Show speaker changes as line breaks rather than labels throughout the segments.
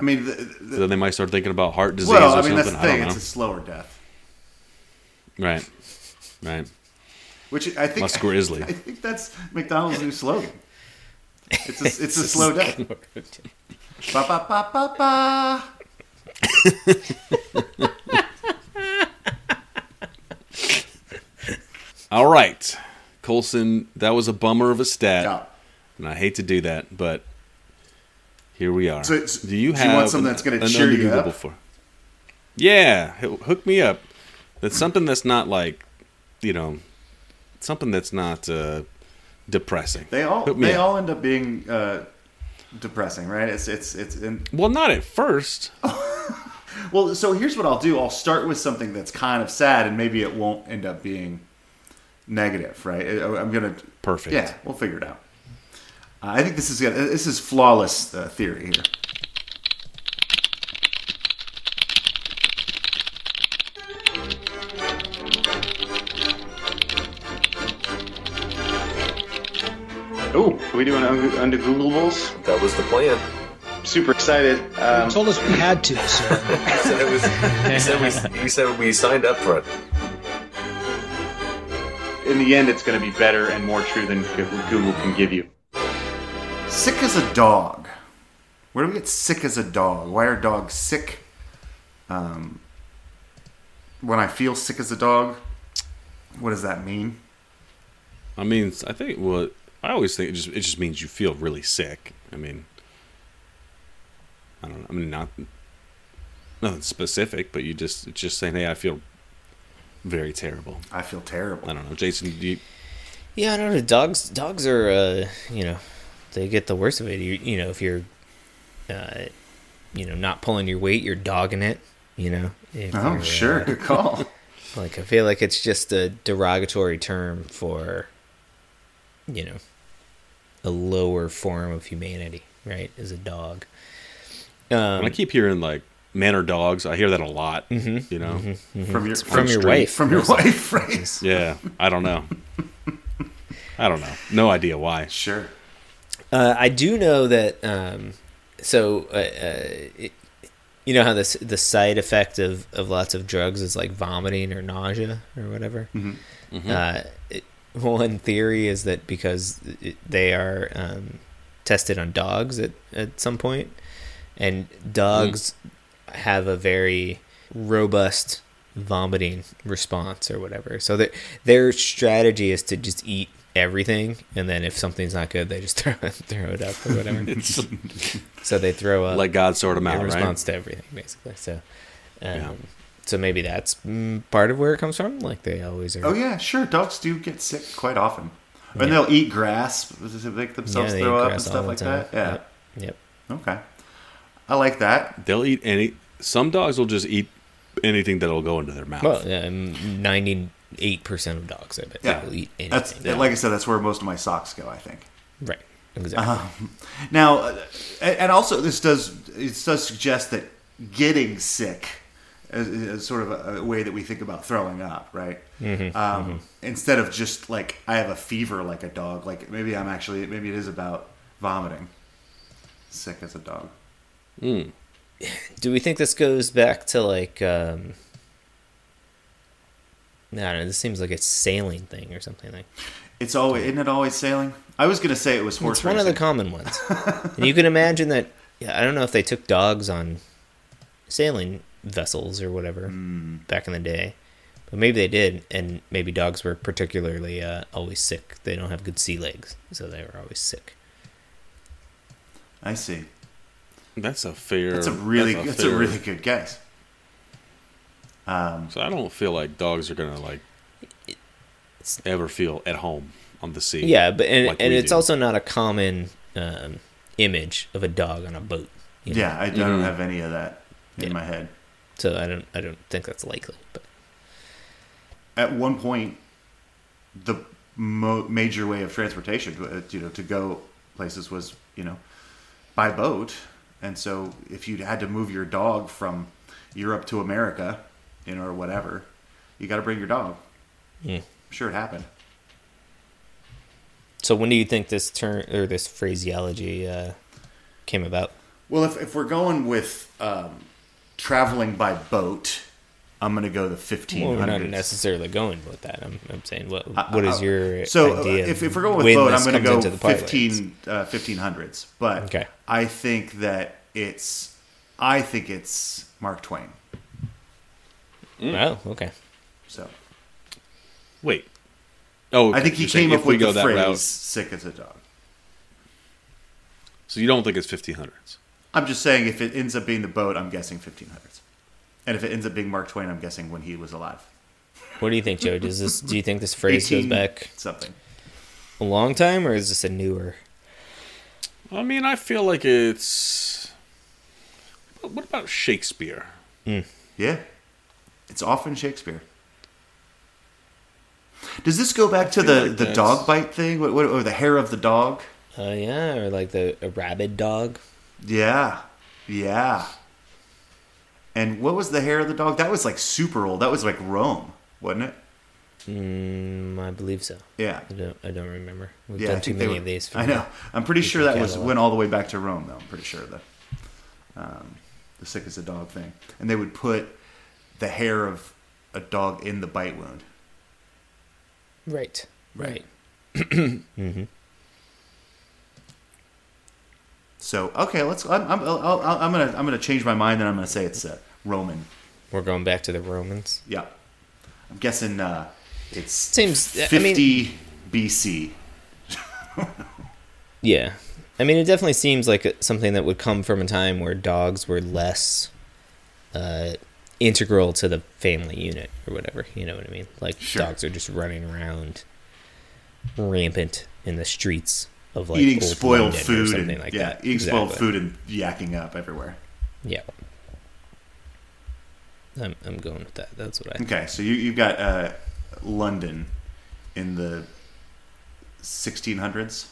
I mean, the, the,
Then they might start thinking about heart disease
well,
or
I mean that's
something.
the
I
thing.
don't know.
It's a slower death,
Right. Right.
which I think
Musk Grizzly.
I think that's McDonald's new slogan. It's a, it's a slow death. Ba ba ba ba ba.
All right. Colson, that was a bummer of a stat.
Yeah.
And I hate to do that, but here we are.
So it's-
do you
do
have
you
want something that's gonna cheer you
unbelievable
up?
For? Yeah, h- hook me up. That's something that's not like, you know, something that's not uh, depressing.
They all
Hook me
they
up.
all end up being uh, depressing, right? It's it's it's in,
Well, not at first.
well. So here's what I'll do. I'll start with something that's kind of sad, and maybe it won't end up being negative, right? I- I'm gonna
Perfect.
yeah, we'll figure it out. Uh, I think this is gonna, this is flawless uh, theory here.
Oh, are we doing un- under Googleables?
That was the plan.
Super excited. Um,
told us we had to, so
He said, it was, he, said we, he said we signed up for it.
in the end, it's going to be better and more true than Go- Google can give you.
Sick as a dog. Where do we get sick as a dog? Why are dogs sick? Um, when I feel sick as a dog, what does that mean?
I mean, I think well, I always think it just it just means you feel really sick. I mean, I don't know. I mean, not nothing specific, but you just it's just saying, hey, I feel very terrible.
I feel terrible.
I don't know, Jason. Do you,
Yeah, I don't know. Dogs, dogs are, uh, you know, they get the worst of it. You, you know, if you're, uh, you know, not pulling your weight, you're dogging it. You know. If
Oh,
you're,
sure,
uh,
good call.
like I feel like it's just a derogatory term for, you know, a lower form of humanity. Right? Is a dog. Um,
when I keep hearing like men are dogs, I hear that a lot. You know,
From your
Mm-hmm. from your wife.
From your wife, right?
yeah. I don't know. I don't know. No idea why.
Sure.
Uh, I do know that. Um, so, uh, uh, it, you know how this the side effect of, of lots of drugs is like vomiting or nausea or whatever. Uh, it, one theory is that because it, they are um, tested on dogs at at some point, and dogs have a very robust vomiting response or whatever. So their their strategy is to just eat everything, and then if something's not good, they just throw it, throw it up or whatever.
It's
so they throw up
like God sort them
in
out, right?
response to everything, basically. So, um,
Yeah.
so maybe that's mm, part of where it comes from. Like they always are.
Oh yeah, sure. Dogs do get sick quite often, and they'll eat grass to make themselves
they
throw
eat
up and
grass all
stuff
the
like
time.
that. Yeah.
Yep. Yep.
Okay. I like that.
They'll eat any. Some dogs will just eat anything that'll go into their mouth.
Well, yeah, ninety-eight percent of dogs, I bet,
Yeah.
will eat anything.
That's like Uh-huh. I said. That's where most of my socks go. I think.
right. Exactly.
Now, uh, and and also this does it does suggest that getting sick is, is sort of a, a way that we think about throwing up, right? um, Instead of just like I have a fever like a dog, like maybe I'm actually maybe it is about vomiting. Sick as a dog.
Do we think this goes back to like? Um, I don't know. This seems like a sailing thing or something like.
It's always isn't it always sailing? I was gonna say it was horse
It's one of the
racing.
common ones, and you can imagine that. Yeah, I don't know if they took dogs on sailing vessels or whatever back in the day, but maybe they did, and maybe dogs were particularly uh, always sick. They don't have good sea legs, so they were always sick.
I see.
That's a fair.
That's a really that's a,
fair-
really good guess.
So I don't feel like dogs are gonna like ever feel at home on the sea.
Yeah, but and,
like
and
we
it's
do.
also not a common um, image of a dog on a boat. you know?
Yeah, I, I don't have any of that in
Mm-hmm. Yeah.
my head.
So I don't I don't think that's likely. But
at one point the mo- major way of transportation uh, you know to go places was you know by boat and so if you had to move your dog from europe to america you know or whatever you got to bring your dog
yeah.
I'm sure it happened
So when do you think this term or this phraseology uh, came about?
Well, if, if we're going with um, traveling by boat, I'm going to go the
Well, we're
1500s.
not necessarily going with that. I'm, I'm saying what what is your
so uh,
idea?
if,
of
if we're going with
when
boat,
this
I'm going
comes
to
into
go
the pilot?
15, uh, 1500s. But
Okay.
I think that it's I think it's Mark Twain.
Oh, okay.
So
Wait. Oh,
I think he
you're saying
came
if
up
we
with
go
the
that
phrase
route.
"sick as a dog."
So you don't think it's 1500s?
I'm just saying, if it ends up being the boat, I'm guessing 1500s, and if it ends up being Mark Twain, I'm guessing when he was alive.
What do you think, Joe? Does this? Do you think this phrase
18
goes back
something.
a long time, or is this a newer?
I mean, I feel like it's. What about Shakespeare?
Yeah, it's often Shakespeare. Does this go back to
feel
the,
like
the
that's-
dog bite thing, what, what, or the hair of the dog?
Oh yeah, or like the a rabid dog.
Yeah, yeah. And what was the hair of the dog? That was like super old. That was like Rome, wasn't it?
Mm, I believe so.
Yeah,
I don't. I don't remember. We've
yeah. I
done too
think they
many
were-
of these. for
I
me.
know. I'm pretty sure that was
catalog.
went all the way back to Rome, though. I'm pretty sure the um, the sick as a dog thing, and they would put the hair of a dog in the bite wound.
Right. Right.
So okay, let's. I'm I'm, I'll, I'll, I'm gonna I'm gonna change my mind, and I'm gonna say it's uh, Roman.
We're going back to the Romans.
Yeah, I'm guessing uh, it's
Seems- I mean-
50 BC.
Yeah. I mean, it definitely seems like it- something that would come from a time where dogs were less uh, integral to the family unit or whatever. You know what I mean? Like
Sure.
dogs are just running around rampant in the streets of like
eating
Old
spoiled
London or
food
something
and
like
yeah,
that.
eating spoiled
Exactly.
food and yakking up everywhere.
Yeah. I'm, I'm going with that. That's what I.
Okay, so you you've got uh, London in the 1600s.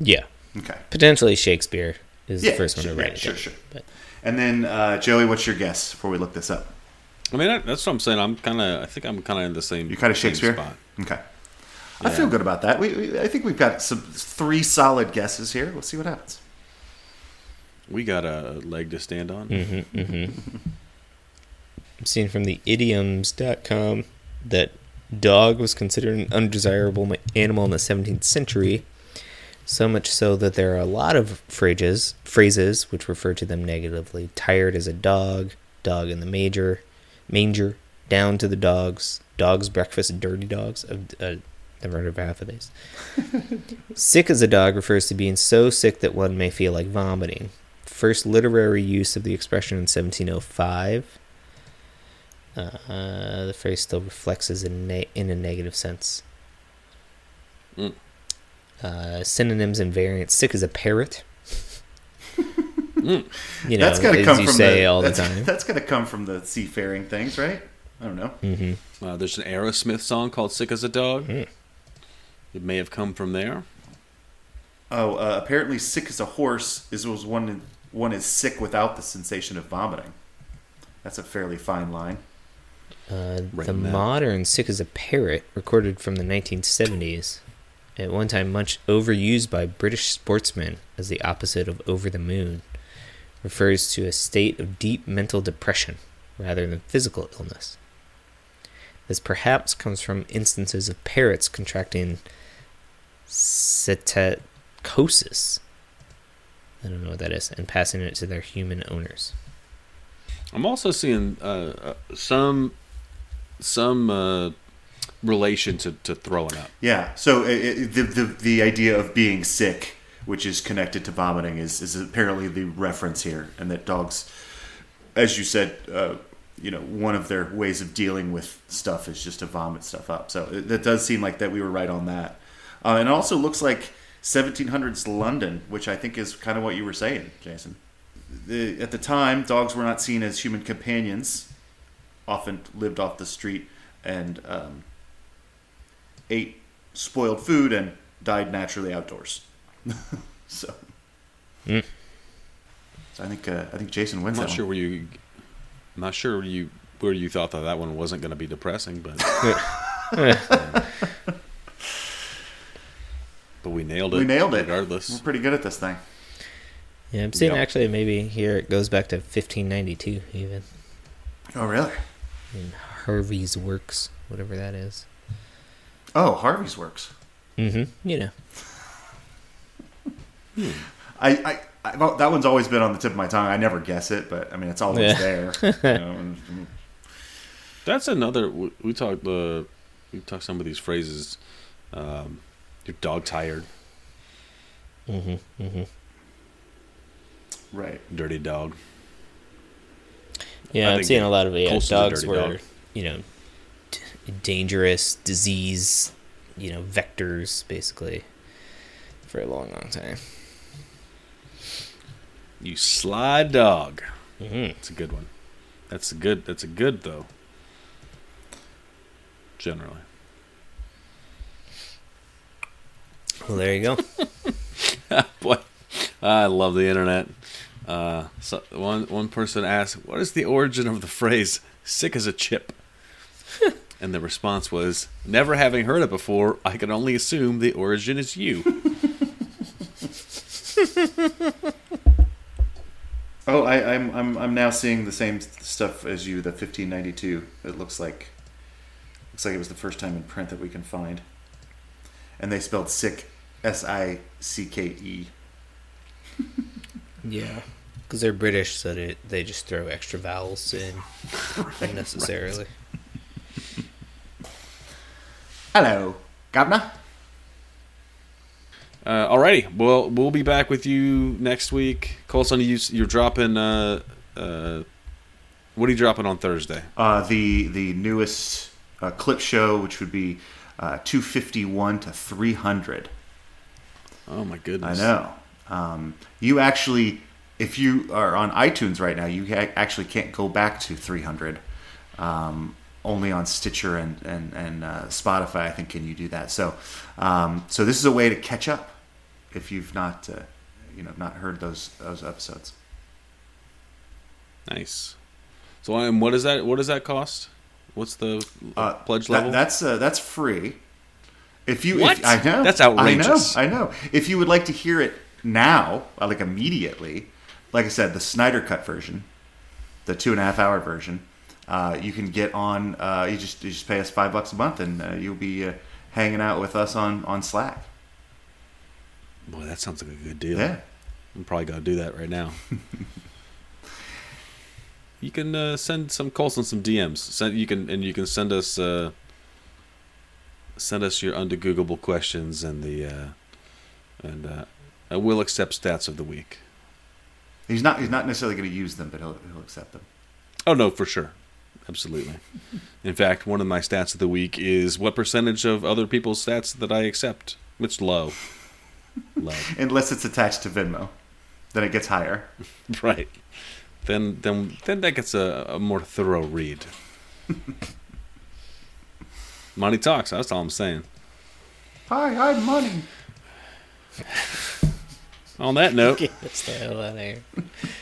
Yeah.
Okay,
Potentially Shakespeare is
Yeah,
the first one
sure,
to write
yeah,
it.
sure,
down,
sure.
But
and then uh, Joey, what's your guess before we look this up?
I mean, that- that's what I'm saying. I'm kind of. I think I'm kind of in the same.
You kind of
same
Shakespeare.
spot.
Okay. I feel good about that. We, we, I think we've got some three solid guesses here. We'll see what happens.
We got a leg to stand on.
Mm-hmm. I'm seeing from the idioms.com that dog was considered an undesirable ma- animal in the 17th century, so much so that there are a lot of phrases, phrases which refer to them negatively. Tired as a dog, dog in the major, manger, down to the dogs, dogs breakfast, dirty dogs. I've uh, never heard of half of these. sick as a dog refers to being so sick that one may feel like vomiting. First literary use of the expression in 1705. Uh, the phrase still reflects as a ne- in a negative sense.
Mm.
Uh, synonyms and variants: sick as a parrot. You know,
that's got to
as
come
you
from
say
the,
all the
that's-
time.
That's got to come from the seafaring things, right? I don't know.
Uh, there's an Aerosmith song called "Sick as a Dog." It may have come from there.
Oh, uh, apparently, sick as a horse is was one. One is sick without the sensation of vomiting. That's a fairly fine line.
Uh, the
Written that.
modern "Sick as a Parrot," recorded from the 1970s, at one time much overused by British sportsmen as the opposite of "over the moon," refers to a state of deep mental depression rather than physical illness. This perhaps comes from instances of parrots contracting psittacosis. I don't know what that is, and passing it to their human owners.
I'm also seeing uh, uh, some some uh, relation to, to throwing up.
Yeah. So uh, it, the, the the idea of being sick, which is connected to vomiting, is is apparently the reference here, and that dogs, as you said, uh, you know, one of their ways of dealing with stuff is just to vomit stuff up. So it, that does seem like that we were right on that, uh, and it also looks like 1700s London, which I think is kind of what you were saying, Jason. The, at the time, dogs were not seen as human companions; often lived off the street and. Um, ate spoiled food and died naturally outdoors. so, so I think uh, I think Jason wins
I'm not
that
sure
one.
where you. I'm not sure where you where you thought that that one wasn't going to be depressing, but but we nailed it.
We nailed it.
Regardless,
We're pretty good at this thing.
Yeah, I'm seeing
Yep.
actually maybe here it goes back to 1592 even
Oh, really?
in Harvey's works, whatever that is.
Oh, Harvey's works.
Mm-hmm. You know.
I, I, I well, that one's always been on the tip of my tongue. I never guess it, but I mean, it's always
Yeah.
there. you know, and-
That's another. We we talked. Uh, we talked some of these phrases. Um, you're dog tired,
Mm-hmm. Mm-hmm.
right.
dirty dog. I
Yeah, I'm
think
seeing a lot of yeah,
Colson's a
dogs
dirty
were,
dog.
you know, d- dangerous disease, you know, vectors basically for a long, long time.
You sly dog.
Mm-hmm.
That's a good one. That's a good. That's a good though. Generally,
Well, there you go.
boy, I love the internet. Uh, so one one person asked, "What is the origin of the phrase "sick as a chip"?" and the response was, "Never having heard it before, I can only assume the origin is you."
Oh, I, I'm, I'm, I'm now seeing the same stuff as you. The 1592. It looks like, looks like it was the first time in print that we can find. And they spelled sick, S I C K E.
yeah, because they're British, so they, they just throw extra vowels in unnecessarily.
Hello, Governor.
Uh, alrighty, well, we'll be back with you next week. Colson, you you're dropping. Uh, uh, what are you dropping on Thursday?
Uh, the the newest uh, clip show, which would be uh, 251 to 300.
Oh my
I
goodness!
know. Um, you actually, if you are on iTunes right now, you ha- actually can't go back to 300. Um, only on Stitcher and and and uh, Spotify, I think, can you do that. So, um, so this is a way to catch up if you've not, uh, you know, not heard those those episodes.
Nice. So, and what is that? What does that cost? What's the
Uh,
pledge
that-
level?
that's uh, that's free. If you,
What?
If, I know
That's outrageous.
I know, I know. If you would like to hear it now, uh, like immediately, like I said, the Snyder cut version, the two and a half hour version, uh, you can get on. Uh, you just you just pay us five bucks a month, and uh, you'll be uh, hanging out with us on on Slack.
Boy, that sounds like a good deal.
Yeah.
I'm probably gonna do that right now. you can uh, send some calls and some DMs. Send you can and you can send us uh, send us your undergoogleable questions and the uh, and uh, I will accept stats of the week.
He's not he's not necessarily going to use them, but he'll he'll accept them.
Oh no, for sure, absolutely. In fact, one of my stats of the week is what percentage of other people's stats that I accept. It's low, low,
Unless it's attached to Venmo, then it gets higher.
right? Then then then that gets a, a more thorough read. Money talks. That's all I'm saying.
Hi, I'm money.
On that note,
Get us the hell out of here.